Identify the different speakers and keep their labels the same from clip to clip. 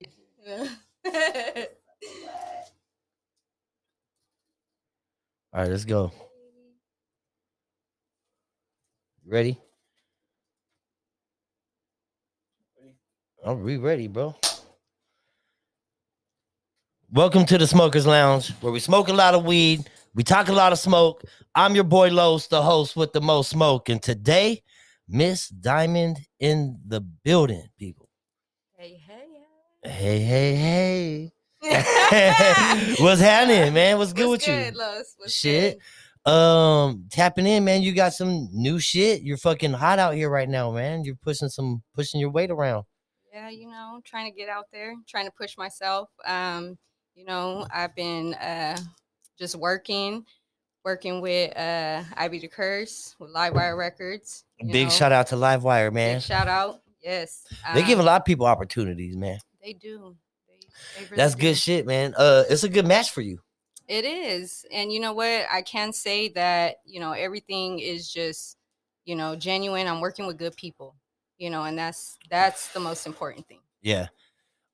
Speaker 1: All right, let's go. Ready? I'm re ready, bro. Welcome to the Smokers Lounge, where we smoke a lot of weed, we talk a lot of smoke. I'm your boy Los, the host with the most smoke, and today, Miss Diamond in the building, people.
Speaker 2: Hey, hey,
Speaker 1: Hey, hey, hey.
Speaker 2: hey.
Speaker 1: What's happening, man? What's good
Speaker 2: What's
Speaker 1: with
Speaker 2: good,
Speaker 1: you?
Speaker 2: Los? What's
Speaker 1: Shit.
Speaker 2: good?
Speaker 1: Um, tapping in, man. You got some new shit. You're fucking hot out here right now, man. You're pushing some, pushing your weight around.
Speaker 2: Yeah, you know, trying to get out there, trying to push myself. Um, you know, I've been uh just working, working with uh Ivy the Curse with Livewire Records. you
Speaker 1: Big
Speaker 2: know.
Speaker 1: shout out to Livewire, man.
Speaker 2: Big shout out. Yes.
Speaker 1: they give a
Speaker 2: um,
Speaker 1: lot of people opportunities, man.
Speaker 2: They do. They, they really
Speaker 1: That's
Speaker 2: do.
Speaker 1: good shit, man. Uh, it's a good match for you.
Speaker 2: It is. And you know what? I can say that, you know, everything is just, you know, genuine. I'm working with good people, you know, and that's that's the most important thing.
Speaker 1: Yeah.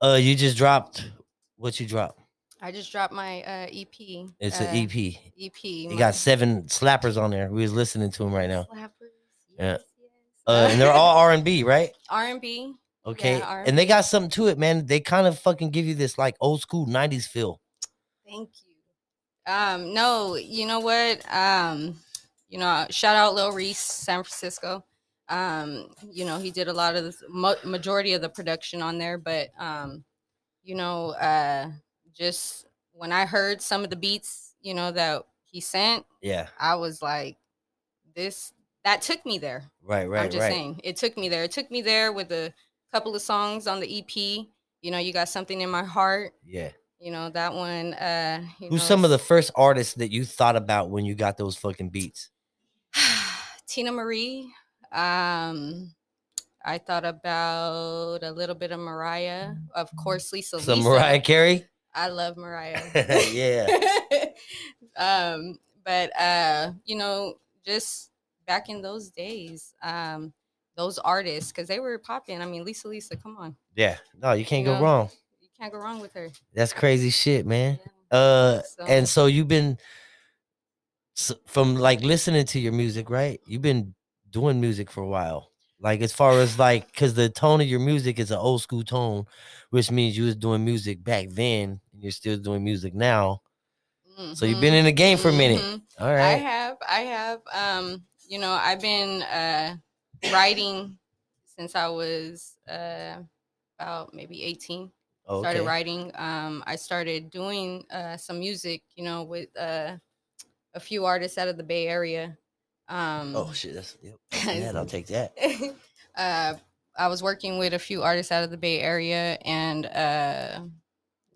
Speaker 1: Uh, you just dropped what you dropped.
Speaker 2: I just dropped my uh EP.
Speaker 1: It's
Speaker 2: uh,
Speaker 1: an EP. You
Speaker 2: EP.
Speaker 1: got seven slappers on there. We was listening to them right now. Yeah.
Speaker 2: Yeah.
Speaker 1: Uh, and they're all R and B, right?
Speaker 2: R&B.
Speaker 1: Okay.
Speaker 2: Yeah,
Speaker 1: and they got something to it, man. They kind of fucking give you this like old school '90s feel.
Speaker 2: Thank you. Um no, you know what? Um you know, shout out Lil Reese San Francisco. Um you know, he did a lot of the mo- majority of the production on there, but um you know, uh just when I heard some of the beats, you know, that he sent,
Speaker 1: Yeah.
Speaker 2: I was like this that took me there.
Speaker 1: Right. Right.
Speaker 2: I'm just
Speaker 1: right.
Speaker 2: saying, it took me there. It took me there with a couple of songs on the EP. You know, you got something in my heart.
Speaker 1: Yeah.
Speaker 2: You know that one. Uh, you
Speaker 1: Who's
Speaker 2: know,
Speaker 1: some of the
Speaker 2: it's-
Speaker 1: first artists that you thought about when you got those fucking beats?
Speaker 2: Tina Marie. Um, I thought about a little bit of Mariah, of course, Lisa.
Speaker 1: Mm. Some
Speaker 2: Lisa.
Speaker 1: Mariah Carey.
Speaker 2: I love Mariah.
Speaker 1: yeah.
Speaker 2: um, but uh, you know, just back in those days, um, those artists, because they were popping. I mean, Lisa, Lisa, come on.
Speaker 1: Yeah. No, you can't
Speaker 2: Yeah.
Speaker 1: go wrong.
Speaker 2: you can't go wrong with her.
Speaker 1: That's crazy shit, man.
Speaker 2: Yeah.
Speaker 1: Uh,
Speaker 2: So-
Speaker 1: and so you've been s from like listening to your music, right? You've been doing music for a while. Like as far as like, cause the tone of your music is an old school tone, which means you was doing music back then, and you're still doing music now. So you've been
Speaker 2: Mhm,
Speaker 1: in the game for a minute.
Speaker 2: mhm.
Speaker 1: All
Speaker 2: I
Speaker 1: right.
Speaker 2: have, I have. Um, you know, I've been uh writing since I was uh about maybe 18.
Speaker 1: Oh,
Speaker 2: Started
Speaker 1: okay.
Speaker 2: writing. Um, I started doing uh some music, you know, with uh a few artists out of the Bay Area. Um
Speaker 1: Oh shit. That's, yep. open that, I'll take that.
Speaker 2: uh, I was working with a few artists out of the Bay Area, and uh,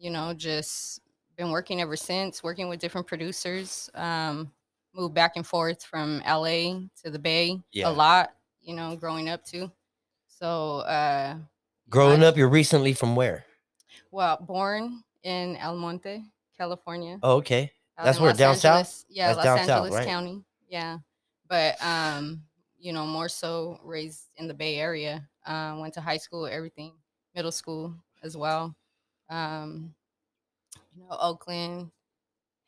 Speaker 2: you know, just been working ever since. Working with different producers, um, moved back and forth from LA to the Bay
Speaker 1: Yeah.
Speaker 2: a lot. You know, growing up too. So, uh,
Speaker 1: Growing
Speaker 2: I-
Speaker 1: up, you're recently from where?
Speaker 2: well, born in El Monte, California.
Speaker 1: Oh, okay.
Speaker 2: out
Speaker 1: That's
Speaker 2: in
Speaker 1: where,
Speaker 2: Los
Speaker 1: down south?
Speaker 2: Angeles- Yeah,
Speaker 1: That's
Speaker 2: Los
Speaker 1: down south,
Speaker 2: Angeles
Speaker 1: right?
Speaker 2: County. Yeah, but um, you know, more so raised in the Bay Area. Um, went to high school, everything, middle school as well. Um, you know, Oakland,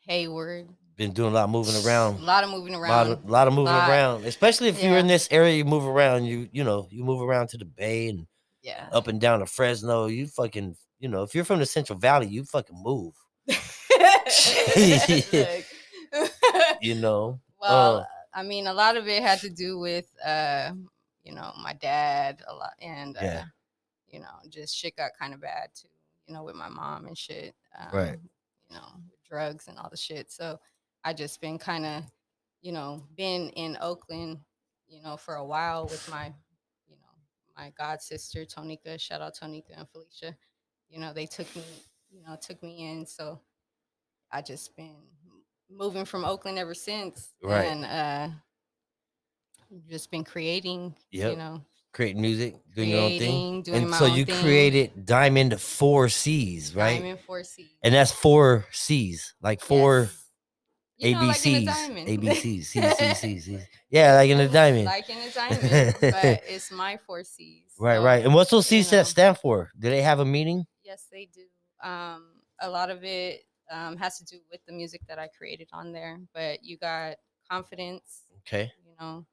Speaker 2: Hayward.
Speaker 1: Been doing a lot of moving
Speaker 2: A
Speaker 1: around.
Speaker 2: lot of moving
Speaker 1: A lot
Speaker 2: around.
Speaker 1: of, lot of moving
Speaker 2: Lot.
Speaker 1: around, especially if you're
Speaker 2: Yeah.
Speaker 1: in this area. You move around. You you know you move around to the Bay and
Speaker 2: yeah.
Speaker 1: up and down to Fresno. You fucking you know if you're from the Central Valley, you fucking move.
Speaker 2: Look.
Speaker 1: You know.
Speaker 2: Well,
Speaker 1: Uh.
Speaker 2: I mean, a lot of it had to do with, uh, you know, my dad a lot, and uh,
Speaker 1: Yeah.
Speaker 2: you know, just shit got kind of bad too, you know, with my mom and shit, um,
Speaker 1: Right.
Speaker 2: You know, drugs and all the shit. So I just been kind of, you know, been in Oakland, you know, for a while with my, you know, my god sister Tonika. Shout out Tonika and Felicia. You know, they took me, you know, took me in. So I just been moving from Oakland ever since.
Speaker 1: Right.
Speaker 2: And uh just been creating,
Speaker 1: Yep.
Speaker 2: you know,
Speaker 1: Creating music, doing your own
Speaker 2: creating,
Speaker 1: thing.
Speaker 2: doing
Speaker 1: And
Speaker 2: my
Speaker 1: so
Speaker 2: own
Speaker 1: you
Speaker 2: thing.
Speaker 1: created Diamond Four C's, right?
Speaker 2: Diamond four C.
Speaker 1: And that's four C's, like four ABCs, ABCs, C's, C's, C's, C's. Yeah, like in a diamond.
Speaker 2: Like in a diamond. but it's my four C's.
Speaker 1: right,
Speaker 2: so,
Speaker 1: right. And what's those
Speaker 2: you
Speaker 1: C's
Speaker 2: know.
Speaker 1: that stand for? Do they have a meaning?
Speaker 2: Yes, they do. Um, a lot of it um, has to do with the music that I created on there. But you got confidence,
Speaker 1: Okay.
Speaker 2: you know,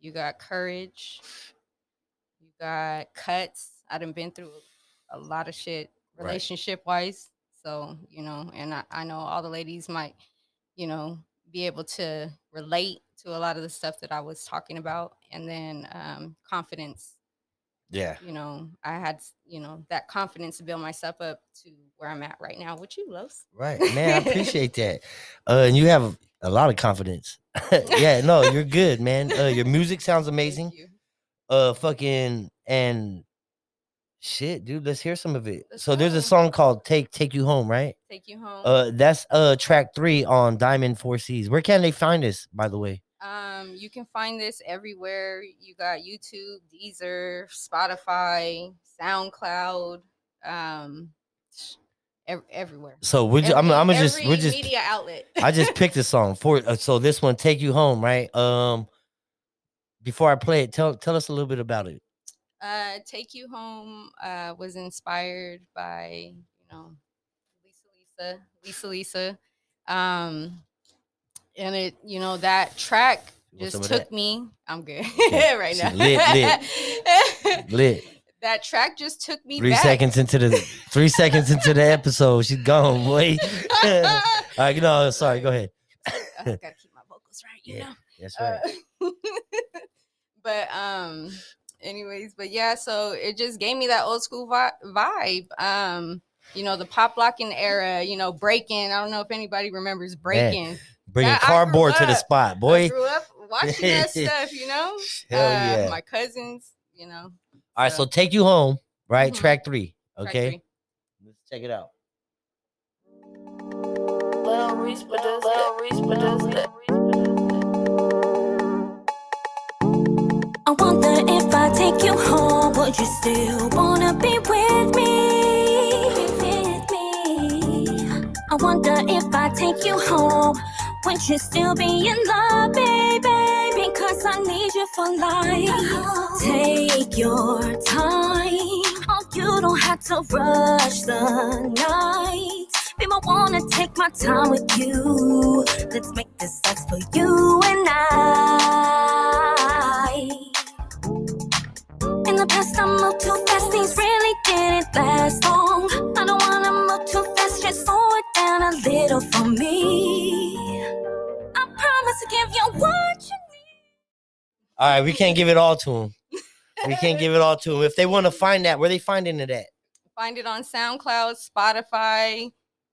Speaker 2: you got courage, you got cuts. I done been through a lot of shit
Speaker 1: Right.
Speaker 2: relationship wise. So, you know, and I, I know all the ladies might, you know, be able to relate to a lot of the stuff that I was talking about. And then um, confidence
Speaker 1: Yeah.
Speaker 2: you know, I had, s- you know, that confidence to build myself up to where I'm at right now with you, Los.
Speaker 1: Right. Man, I appreciate that. Uh, and you have a lot of confidence. yeah. No, you're good, man. Uh, your music sounds
Speaker 2: Thank
Speaker 1: amazing.
Speaker 2: you.
Speaker 1: Uh, fucking and shit, dude. Let's hear some of it.
Speaker 2: Let's
Speaker 1: so there's
Speaker 2: go. Oh,
Speaker 1: a song called "Take Take You Home," right?
Speaker 2: Take you home.
Speaker 1: Uh, that's uh track three on Diamond Four Cs. Where can they find us, by the way?
Speaker 2: um, you can find this everywhere. You got YouTube, Deezer, Spotify, SoundCloud, um, ev- everywhere.
Speaker 1: So we're ju- I'm
Speaker 2: Every-
Speaker 1: I'm gonna just we're
Speaker 2: every
Speaker 1: just
Speaker 2: media outlet.
Speaker 1: I just picked a song for uh, so this one "Take You Home," right? Um, before I play it, tell tell us a little bit about it.
Speaker 2: uh, Take You Home uh, was inspired by, you know, Lisa Lisa, Lisa Lisa. Um, and it, you know, that track
Speaker 1: You want some
Speaker 2: just
Speaker 1: of
Speaker 2: took
Speaker 1: that?
Speaker 2: me. I'm good
Speaker 1: Okay,
Speaker 2: right
Speaker 1: she
Speaker 2: now.
Speaker 1: lit, lit, lit.
Speaker 2: That track just took me
Speaker 1: Three
Speaker 2: back.
Speaker 1: seconds into the three seconds into the episode, she's gone, boy. All
Speaker 2: I
Speaker 1: right, no, sorry, go ahead.
Speaker 2: gotta keep my vocals right, you
Speaker 1: Yeah.
Speaker 2: know.
Speaker 1: That's right.
Speaker 2: Uh, but um anyways but yeah so it just gave me that old school vi- vibe um you know the pop locking era you know breaking i don't know if anybody remembers breaking
Speaker 1: Bringing
Speaker 2: I grew
Speaker 1: cardboard to the
Speaker 2: up-
Speaker 1: spot,
Speaker 2: i
Speaker 1: boy.
Speaker 2: grew up watching that stuff you know
Speaker 1: Hell
Speaker 2: Uh,
Speaker 1: yeah.
Speaker 2: my cousins you know
Speaker 1: All right, so take you home, right?
Speaker 2: Mhm.
Speaker 1: Track three.
Speaker 2: track
Speaker 1: Okay.
Speaker 2: three.
Speaker 1: Let's check it out.
Speaker 3: Lil Reese produced Lil Reese produced
Speaker 4: I wonder if I take you home, would you still wanna be with me? Be with me. I wonder if I take you home, would you still be in love, baby? Because I need you for life. Take your time. Oh, you don't have to rush the night. Babe, I wanna take my time with you. Let's make this last for you and I. In the past, I moved too fast. Things really didn't last long. I don't wanna move too fast. Just slow it down a little for me. I promise to give you what you
Speaker 1: All right, we can't give it all to them. We can't give it all to them. If they want to find that, where they finding it at?
Speaker 2: find it on soundcloud spotify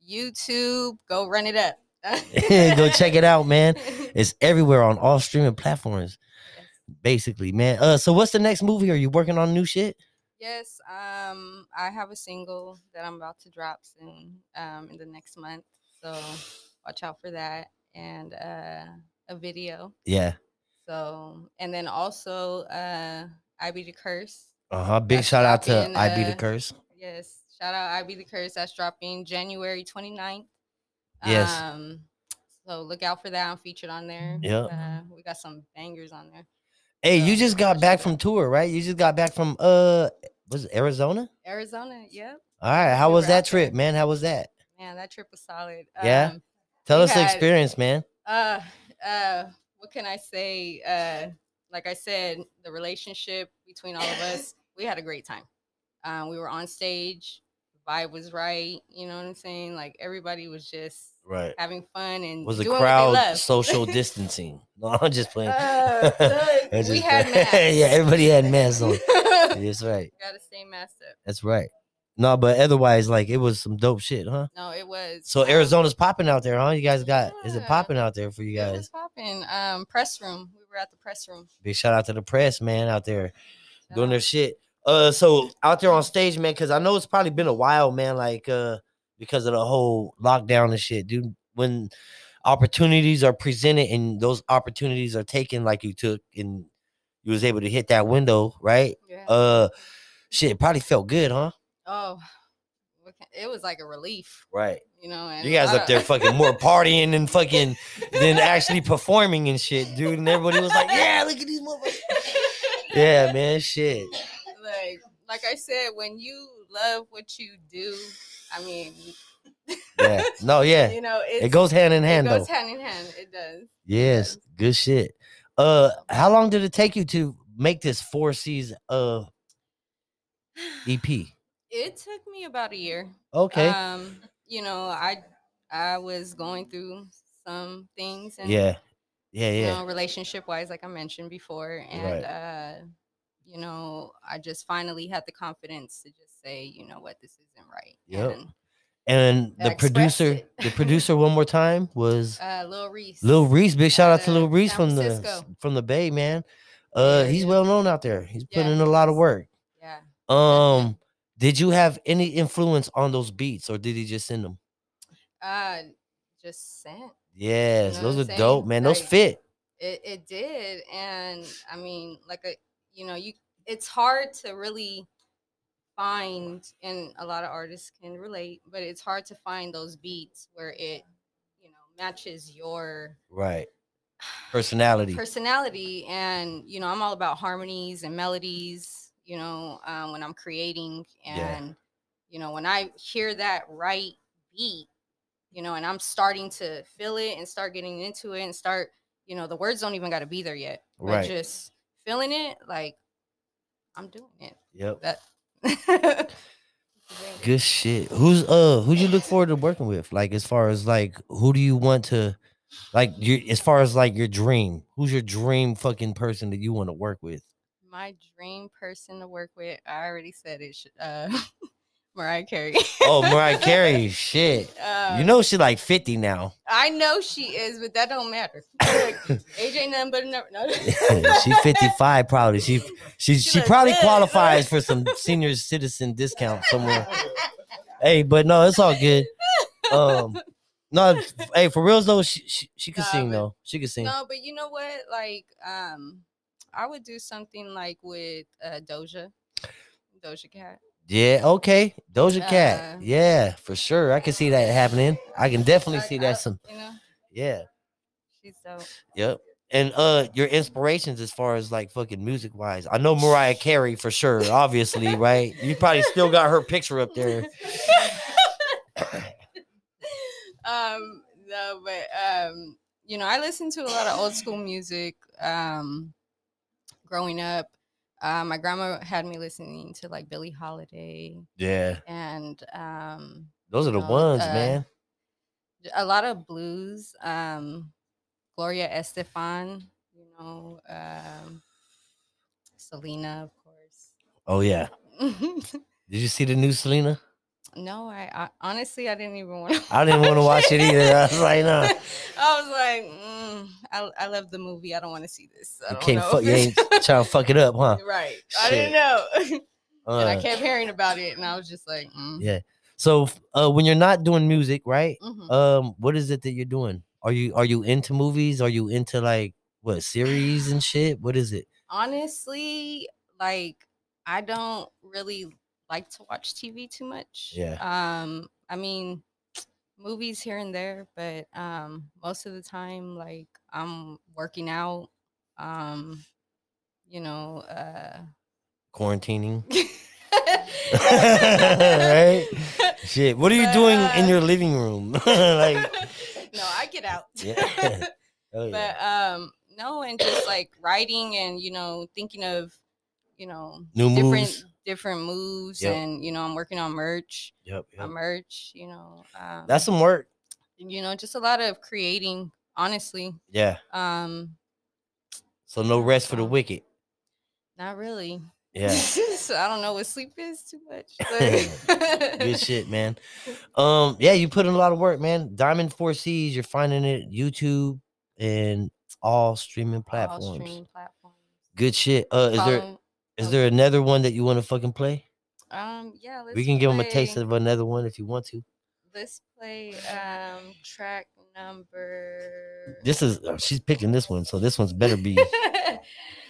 Speaker 2: youtube go run it up
Speaker 1: Go check it out, man. It's everywhere on all streaming platforms, basically, man. Uh, so what's the next movie? Are you working on new shit?
Speaker 2: Yes, um, I have a single that I'm about to drop soon, um, in the next month. So watch out for that and uh, a video.
Speaker 1: Yeah.
Speaker 2: So and then also uh, I be the curse.
Speaker 1: Uh huh. Big
Speaker 2: That's
Speaker 1: shout out to
Speaker 2: dropping,
Speaker 1: I Be the
Speaker 2: uh,
Speaker 1: Curse.
Speaker 2: Yes, shout out I be the curse. That's dropping January 29th.
Speaker 1: Yes.
Speaker 2: Um, so look out for that. I'm featured on there.
Speaker 1: Yep.
Speaker 2: Uh, we got some bangers on there.
Speaker 1: Hey, you
Speaker 2: um,
Speaker 1: just
Speaker 2: I
Speaker 1: got back
Speaker 2: should-
Speaker 1: from tour, right? You just got back from uh, was it Arizona?
Speaker 2: Arizona. Yep.
Speaker 1: All right. How
Speaker 2: We
Speaker 1: was
Speaker 2: were
Speaker 1: that
Speaker 2: out there.
Speaker 1: trip, man? How was that?
Speaker 2: Man, that trip was solid.
Speaker 1: Yeah?
Speaker 2: Um,
Speaker 1: Tell
Speaker 2: We
Speaker 1: us the
Speaker 2: had-
Speaker 1: experience, man.
Speaker 2: uh uh what can i say uh like i said the relationship between all of us we had a great time um we were on stage vibe was right you know what i'm saying like everybody was just
Speaker 1: Right.
Speaker 2: having fun and
Speaker 1: Was the
Speaker 2: doing
Speaker 1: crowd
Speaker 2: what they love.
Speaker 1: social distancing? No, I'm just playing.
Speaker 2: Uh, look,
Speaker 1: I'm just
Speaker 2: we had
Speaker 1: playing.
Speaker 2: masks.
Speaker 1: yeah, everybody had masks on.
Speaker 2: gotta
Speaker 1: That's right.
Speaker 2: stay masked up
Speaker 1: That's right. No, but otherwise, like it was some dope shit, huh?
Speaker 2: no it was
Speaker 1: So
Speaker 2: um,
Speaker 1: Arizona's popping out there, huh? You guys got is it
Speaker 2: Yeah.
Speaker 1: popping out there for you
Speaker 2: it
Speaker 1: guys?
Speaker 2: was popping um press room we were at the press room
Speaker 1: Big shout out to the press, man, out there
Speaker 2: Shout
Speaker 1: doing
Speaker 2: out.
Speaker 1: their shit. Uh, so out there on stage, man, because I know it's probably been a while, man. Like uh, because of the whole lockdown and shit, dude. When opportunities are presented and those opportunities are taken, like you took and you was able to hit that window, right?
Speaker 2: yeah.
Speaker 1: Uh, shit, probably felt good, huh?
Speaker 2: oh what can- it was like a relief
Speaker 1: Right.
Speaker 2: you know and a
Speaker 1: You guys
Speaker 2: lot
Speaker 1: up
Speaker 2: of-
Speaker 1: there fucking more partying than fucking than actually performing and shit, dude. And everybody was like, "Yeah, look at these motherfuckers." Yeah, man, shit.
Speaker 2: like like I said, when you love what you do, I mean,
Speaker 1: Yeah. No, yeah.
Speaker 2: you know, it's,
Speaker 1: It goes hand in hand
Speaker 2: it
Speaker 1: though.
Speaker 2: goes hand in hand. It does.
Speaker 1: Yes, good shit. Uh, how long did it take you to make this four season uh EP?
Speaker 2: It took me about a year.
Speaker 1: Okay,
Speaker 2: Um, you know, I I was going through some things and
Speaker 1: yeah, yeah,
Speaker 2: you
Speaker 1: yeah,
Speaker 2: know, relationship wise, like I mentioned before. And uh, you know, I just finally had the confidence to just say, you know what, this isn't right.
Speaker 1: Yep.
Speaker 2: And
Speaker 1: and
Speaker 2: I
Speaker 1: the
Speaker 2: expressed
Speaker 1: producer,
Speaker 2: it.
Speaker 1: the producer, one more time was
Speaker 2: uh Lil Reese.
Speaker 1: Lil Reese. Big shout out to Lil
Speaker 2: San
Speaker 1: Reese from the
Speaker 2: Francisco.
Speaker 1: from the Bay, man. Uh,
Speaker 2: Yeah,
Speaker 1: he's
Speaker 2: yeah.
Speaker 1: well known out there. He's
Speaker 2: Yeah,
Speaker 1: putting in a
Speaker 2: he
Speaker 1: lot of
Speaker 2: is.
Speaker 1: work.
Speaker 2: Yeah.
Speaker 1: Um, did you have any influence on those beats, or did he just send them?
Speaker 2: Uh just sent.
Speaker 1: Yes,
Speaker 2: know what
Speaker 1: those
Speaker 2: I'm
Speaker 1: are
Speaker 2: saying?
Speaker 1: dope, man. Those
Speaker 2: Like,
Speaker 1: fit.
Speaker 2: It it did. And I mean, like a you know, you it's hard to really find and a lot of artists can relate, but it's hard to find those beats where it, you know, matches your
Speaker 1: Right. Personality.
Speaker 2: personality and you know i'm all about harmonies and melodies you know um, when i'm creating
Speaker 1: Yeah.
Speaker 2: and you know when i hear that right beat you know and i'm starting to feel it and start getting into it and start you know the words don't even got to be there yet but
Speaker 1: Right.
Speaker 2: just feeling it like i'm doing it
Speaker 1: yep.
Speaker 2: that
Speaker 1: Good shit. Who's uh who you look forward to working with? Like as far as like who do you want to like you as far as like your dream? Who's your dream fucking person that you want to work with?
Speaker 2: my dream person to work with i already said it sh- uh mariah carey
Speaker 1: Oh, Mariah Carey, shit.
Speaker 2: um,
Speaker 1: You know she like 50 now.
Speaker 2: I know she is, but that don't matter. AJ ain't nothing but a number. No.
Speaker 1: she 55 probably. She
Speaker 2: She
Speaker 1: she she
Speaker 2: look
Speaker 1: probably
Speaker 2: good.
Speaker 1: qualifies for some senior citizen discount somewhere. Hey, but no, it's all good. Um no, f- hey, for real though, she she, she could
Speaker 2: Nah,
Speaker 1: sing
Speaker 2: but-
Speaker 1: though. She could sing.
Speaker 2: no, but you know what? Like, um, I would do something like with uh, Doja, Doja Cat.
Speaker 1: Yeah, okay. Doja Cat.
Speaker 2: Uh,
Speaker 1: yeah, for sure. I can see that happening. I can definitely
Speaker 2: Like,
Speaker 1: see
Speaker 2: I-
Speaker 1: that some
Speaker 2: You know,
Speaker 1: yeah.
Speaker 2: she's dope.
Speaker 1: Yep. And uh your inspirations as far as like fucking music wise. I know Mariah Carey for sure, obviously, right? You probably still got her picture up there.
Speaker 2: um, no, but um, you know, I listened to a lot of old school music. Um, growing up, uh, my grandma had me listening to like Billie Holiday
Speaker 1: Yeah.
Speaker 2: and um,
Speaker 1: Those are the
Speaker 2: No,
Speaker 1: ones,
Speaker 2: uh,
Speaker 1: man.
Speaker 2: a lot of blues. Um, Gloria Estefan, you know, um, Selena, of course.
Speaker 1: Oh yeah. Did you see the new Selena?
Speaker 2: no, I, I honestly I didn't even want. to
Speaker 1: I didn't wanna watch it either. I was like, nah.
Speaker 2: I was like, mm, I, I love the movie. I don't want to see this. I
Speaker 1: You
Speaker 2: don't
Speaker 1: can't
Speaker 2: know
Speaker 1: fuck
Speaker 2: if
Speaker 1: you ain't
Speaker 2: it's-
Speaker 1: trying to fuck it up, huh?
Speaker 2: right. I didn't
Speaker 1: Shit.
Speaker 2: know, and I
Speaker 1: Uh,
Speaker 2: kept hearing about it, and I was just like, mm.
Speaker 1: yeah. So f- uh when you're not doing music, right?
Speaker 2: mhm.
Speaker 1: um what is it that you're doing are you are you into movies are you into like what series and shit what is it
Speaker 2: honestly, like I don't really like to watch TV too much.
Speaker 1: Yeah.
Speaker 2: Um, I mean, movies here and there, but um, most of the time, like I'm working out. Um, you know, uh,
Speaker 1: quarantining
Speaker 2: right.
Speaker 1: shit what are you
Speaker 2: But,
Speaker 1: doing
Speaker 2: uh,
Speaker 1: in your living room like
Speaker 2: no, I get out.
Speaker 1: Yeah. oh yeah.
Speaker 2: but um no and just like writing and you know thinking of you know
Speaker 1: New
Speaker 2: different
Speaker 1: moves.
Speaker 2: different moves
Speaker 1: Yep.
Speaker 2: and you know i'm working on merch
Speaker 1: Yep,
Speaker 2: my
Speaker 1: yep.
Speaker 2: merch you know um,
Speaker 1: that's some work
Speaker 2: you know just a lot of creating honestly
Speaker 1: yeah
Speaker 2: um
Speaker 1: so no rest for the
Speaker 2: Um,
Speaker 1: wicked
Speaker 2: not really
Speaker 1: yeah
Speaker 2: so i don't know what sleep is too much but
Speaker 1: good shit man um yeah you put in a lot of work man diamond four c's you're finding it youtube and all streaming platforms
Speaker 2: all streaming platforms
Speaker 1: good shit uh is there
Speaker 2: Follow-
Speaker 1: is
Speaker 2: oh.
Speaker 1: there another one that you want to fucking play
Speaker 2: um yeah let's
Speaker 1: we can give them a taste
Speaker 2: play-
Speaker 1: of another one if you want to.
Speaker 2: let's play um track number
Speaker 1: This is oh, she's picking this one, so this one's better be.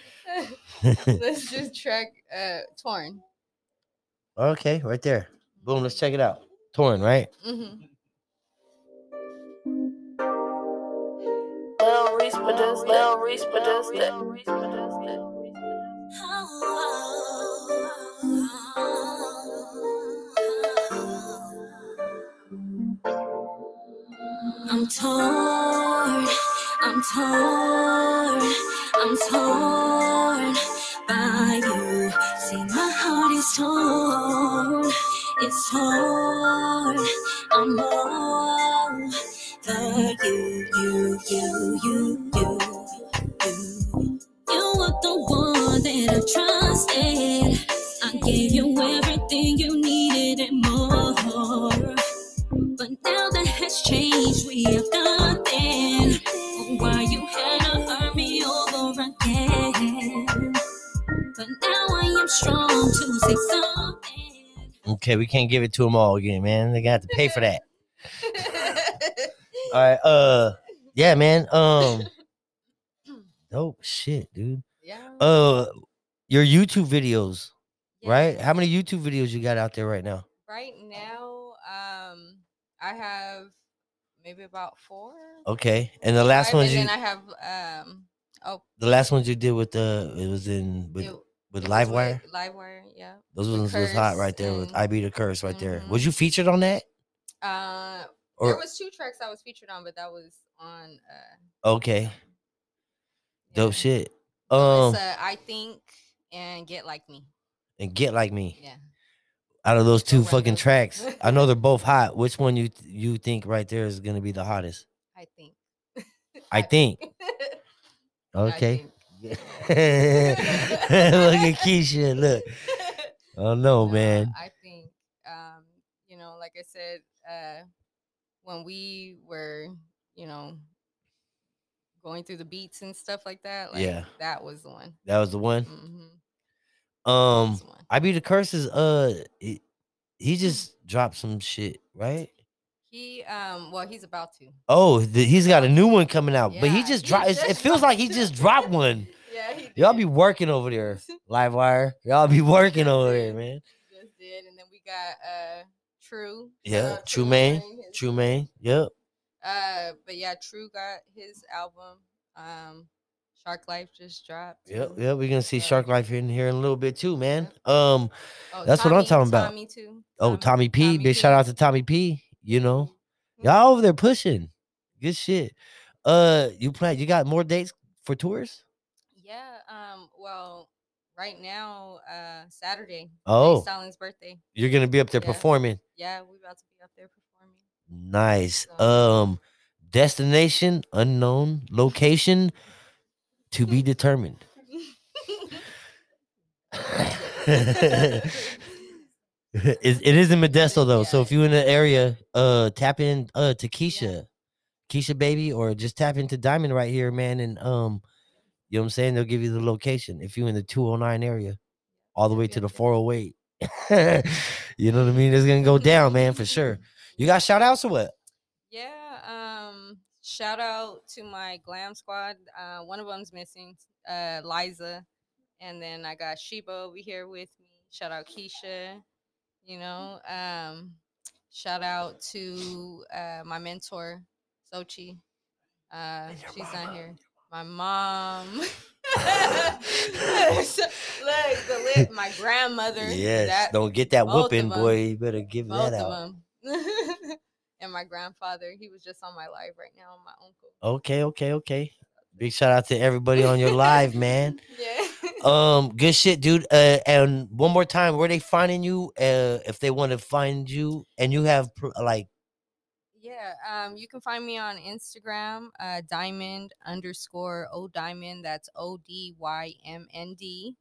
Speaker 2: Let's just track uh torn.
Speaker 1: okay, right there. Boom, let's check it out. Torn, right?
Speaker 2: Mhm.
Speaker 3: Lil Reese produced, Lil Reese produced, Lil Reese produced.
Speaker 4: Oh. I'm torn, I'm torn, I'm torn by you. See, my heart is torn, it's torn. I'm over you, you, you, you, you, you. You were the one that I trusted. I gave you everything you needed and more. But now that has changed, we have nothing. Oh, Why you had to hurt me over again? But now I am strong to say something.
Speaker 1: Okay, we can't give it to them all again, man. They got to pay for that. All right. Uh, yeah, man. Um, dope shit, dude.
Speaker 2: yeah.
Speaker 1: Uh, your YouTube videos,
Speaker 2: yeah.
Speaker 1: right? How many YouTube videos you got out there right now?
Speaker 2: Right now, um, I have maybe about four.
Speaker 1: Okay, and Oh, the last
Speaker 2: five,
Speaker 1: ones you,
Speaker 2: and then I have um, oh,
Speaker 1: the last ones you did with the, it was in with
Speaker 2: it-
Speaker 1: with
Speaker 2: it was
Speaker 1: Livewire.
Speaker 2: Livewire, yeah.
Speaker 1: Those
Speaker 2: with
Speaker 1: ones was hot
Speaker 2: Curse
Speaker 1: right there with
Speaker 2: and-
Speaker 1: I Beat a Curse right there.
Speaker 2: Mhm.
Speaker 1: Was you featured on that?
Speaker 2: Uh, there
Speaker 1: Or
Speaker 2: was two tracks I was featured on, but that was on. Uh,
Speaker 1: okay, dope
Speaker 2: yeah.
Speaker 1: shit.
Speaker 2: It's,
Speaker 1: Um,
Speaker 2: uh, I think and get like me.
Speaker 1: and get like me.
Speaker 2: Yeah.
Speaker 1: Out of those
Speaker 2: That
Speaker 1: two
Speaker 2: one
Speaker 1: fucking
Speaker 2: was-
Speaker 1: tracks, I know they're both hot. Which one you th- you think right there is gonna be the hottest?
Speaker 2: I think.
Speaker 1: I think.
Speaker 2: I
Speaker 1: Okay.
Speaker 2: think.
Speaker 1: look at Keisha. Look. Oh no,
Speaker 2: Uh,
Speaker 1: man.
Speaker 2: I think, um, you know, like I said, uh, when we were, you know, going through the beats and stuff like that, like
Speaker 1: Yeah.
Speaker 2: that was the one.
Speaker 1: That was the one.
Speaker 2: Mm-hmm.
Speaker 1: Um,
Speaker 2: was the one.
Speaker 1: I beat the curses. Uh, he, he just dropped some shit, right?
Speaker 2: He, um, well, he's about to.
Speaker 1: Oh, th- he's got a new one coming out, uh, but he
Speaker 2: Yeah,
Speaker 1: just
Speaker 2: he
Speaker 1: dropped. It
Speaker 2: just
Speaker 1: feels like he
Speaker 2: dropped
Speaker 1: just
Speaker 2: it.
Speaker 1: dropped one.
Speaker 2: Yeah, he
Speaker 1: Y'all be
Speaker 2: did.
Speaker 1: working over there, Livewire. Y'all be working over there, man.
Speaker 2: He just did, and then we got uh, True. Shout
Speaker 1: Yeah,
Speaker 2: out
Speaker 1: True Man,
Speaker 2: his-
Speaker 1: True man. Yep.
Speaker 2: Uh, but yeah, True got his album. Um, Shark Life just dropped.
Speaker 1: Yep.
Speaker 2: too.
Speaker 1: Yep. We're gonna see
Speaker 2: Yeah.
Speaker 1: Shark Life in here in a little bit too, man. Um.
Speaker 2: Oh,
Speaker 1: That's what I'm talking about.
Speaker 2: Tommy too.
Speaker 1: Oh, Tommy P.
Speaker 2: Um, Tommy
Speaker 1: big
Speaker 2: P.
Speaker 1: shout out to Tommy P. You know,
Speaker 2: Mhm.
Speaker 1: y'all over there pushing. Good shit. Uh, you plan? You got more dates for tours?
Speaker 2: Yeah. Um. Well, right now, uh, Saturday.
Speaker 1: Oh.
Speaker 2: Stalin's birthday.
Speaker 1: You're gonna be up there
Speaker 2: Yeah.
Speaker 1: performing.
Speaker 2: Yeah, we about to be up there performing.
Speaker 1: Nice.
Speaker 2: So-
Speaker 1: Um, destination unknown, location to be determined. it, it is in Modesto though, so if
Speaker 2: Yeah.
Speaker 1: you're in the area, uh, tap in uh to Keisha, Keisha baby, or just tap into Diamond right here, man, and um, you know what I'm saying? They'll give you the location if you're in the 209 area, all the way to the 408. you know what I mean? It's gonna go down, man, for sure. You got shout outs or what?
Speaker 2: Yeah. Um. Shout out to my glam squad. Uh, one of them's missing. Uh, Liza, and then I got Sheba over here with me. Shout out Keisha. You know. Um. Shout out to uh, my mentor, Sochi. Uh,
Speaker 1: And your
Speaker 2: she's
Speaker 1: mama.
Speaker 2: not here. My mom. So- Look, the lip, my grandmother.
Speaker 1: Yes,
Speaker 2: that-
Speaker 1: don't get that
Speaker 2: both of
Speaker 1: whooping,
Speaker 2: 'em.
Speaker 1: boy. You better give
Speaker 2: both
Speaker 1: that out.
Speaker 2: of them. and my grandfather, he was just on my live right now. My uncle.
Speaker 1: Okay, okay, okay. Big shout out to everybody on your live, man.
Speaker 2: Yeah.
Speaker 1: Um, good shit, dude. Uh, and one more time, where they finding you? Uh, if they want to find you, and you have pr- like,
Speaker 2: yeah. Um, you can find me on Instagram, uh, diamond underscore o diamond. That's o d y m n d.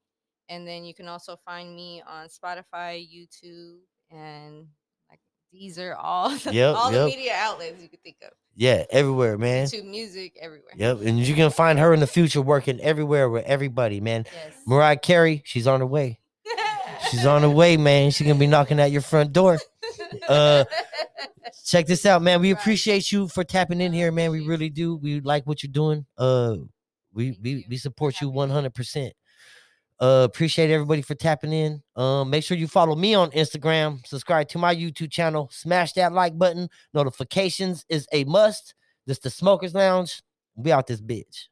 Speaker 2: And then you can also find me on Spotify, YouTube, and like these are all the,
Speaker 1: Yep,
Speaker 2: all
Speaker 1: yep.
Speaker 2: the media outlets you could think of.
Speaker 1: yeah, everywhere, man.
Speaker 2: YouTube, music, everywhere.
Speaker 1: Yep, and you can find her in the future working everywhere with everybody, man.
Speaker 2: Yes.
Speaker 1: Mariah Carey, she's on her way. She's on her way, man. She's gonna be knocking at your front door. Uh, check this out, man. We
Speaker 2: Right.
Speaker 1: appreciate you for tapping in here, man. We
Speaker 2: Appreciate you.
Speaker 1: really do. We like what you're doing. Uh, we
Speaker 2: Thank
Speaker 1: we
Speaker 2: you
Speaker 1: we
Speaker 2: for
Speaker 1: support you
Speaker 2: having me.
Speaker 1: 100. percent Uh, appreciate everybody for tapping in. Um, make sure you follow me on Instagram. Subscribe to my YouTube channel. Smash that like button. Notifications is a must. This the Smokers Lounge. We out this bitch.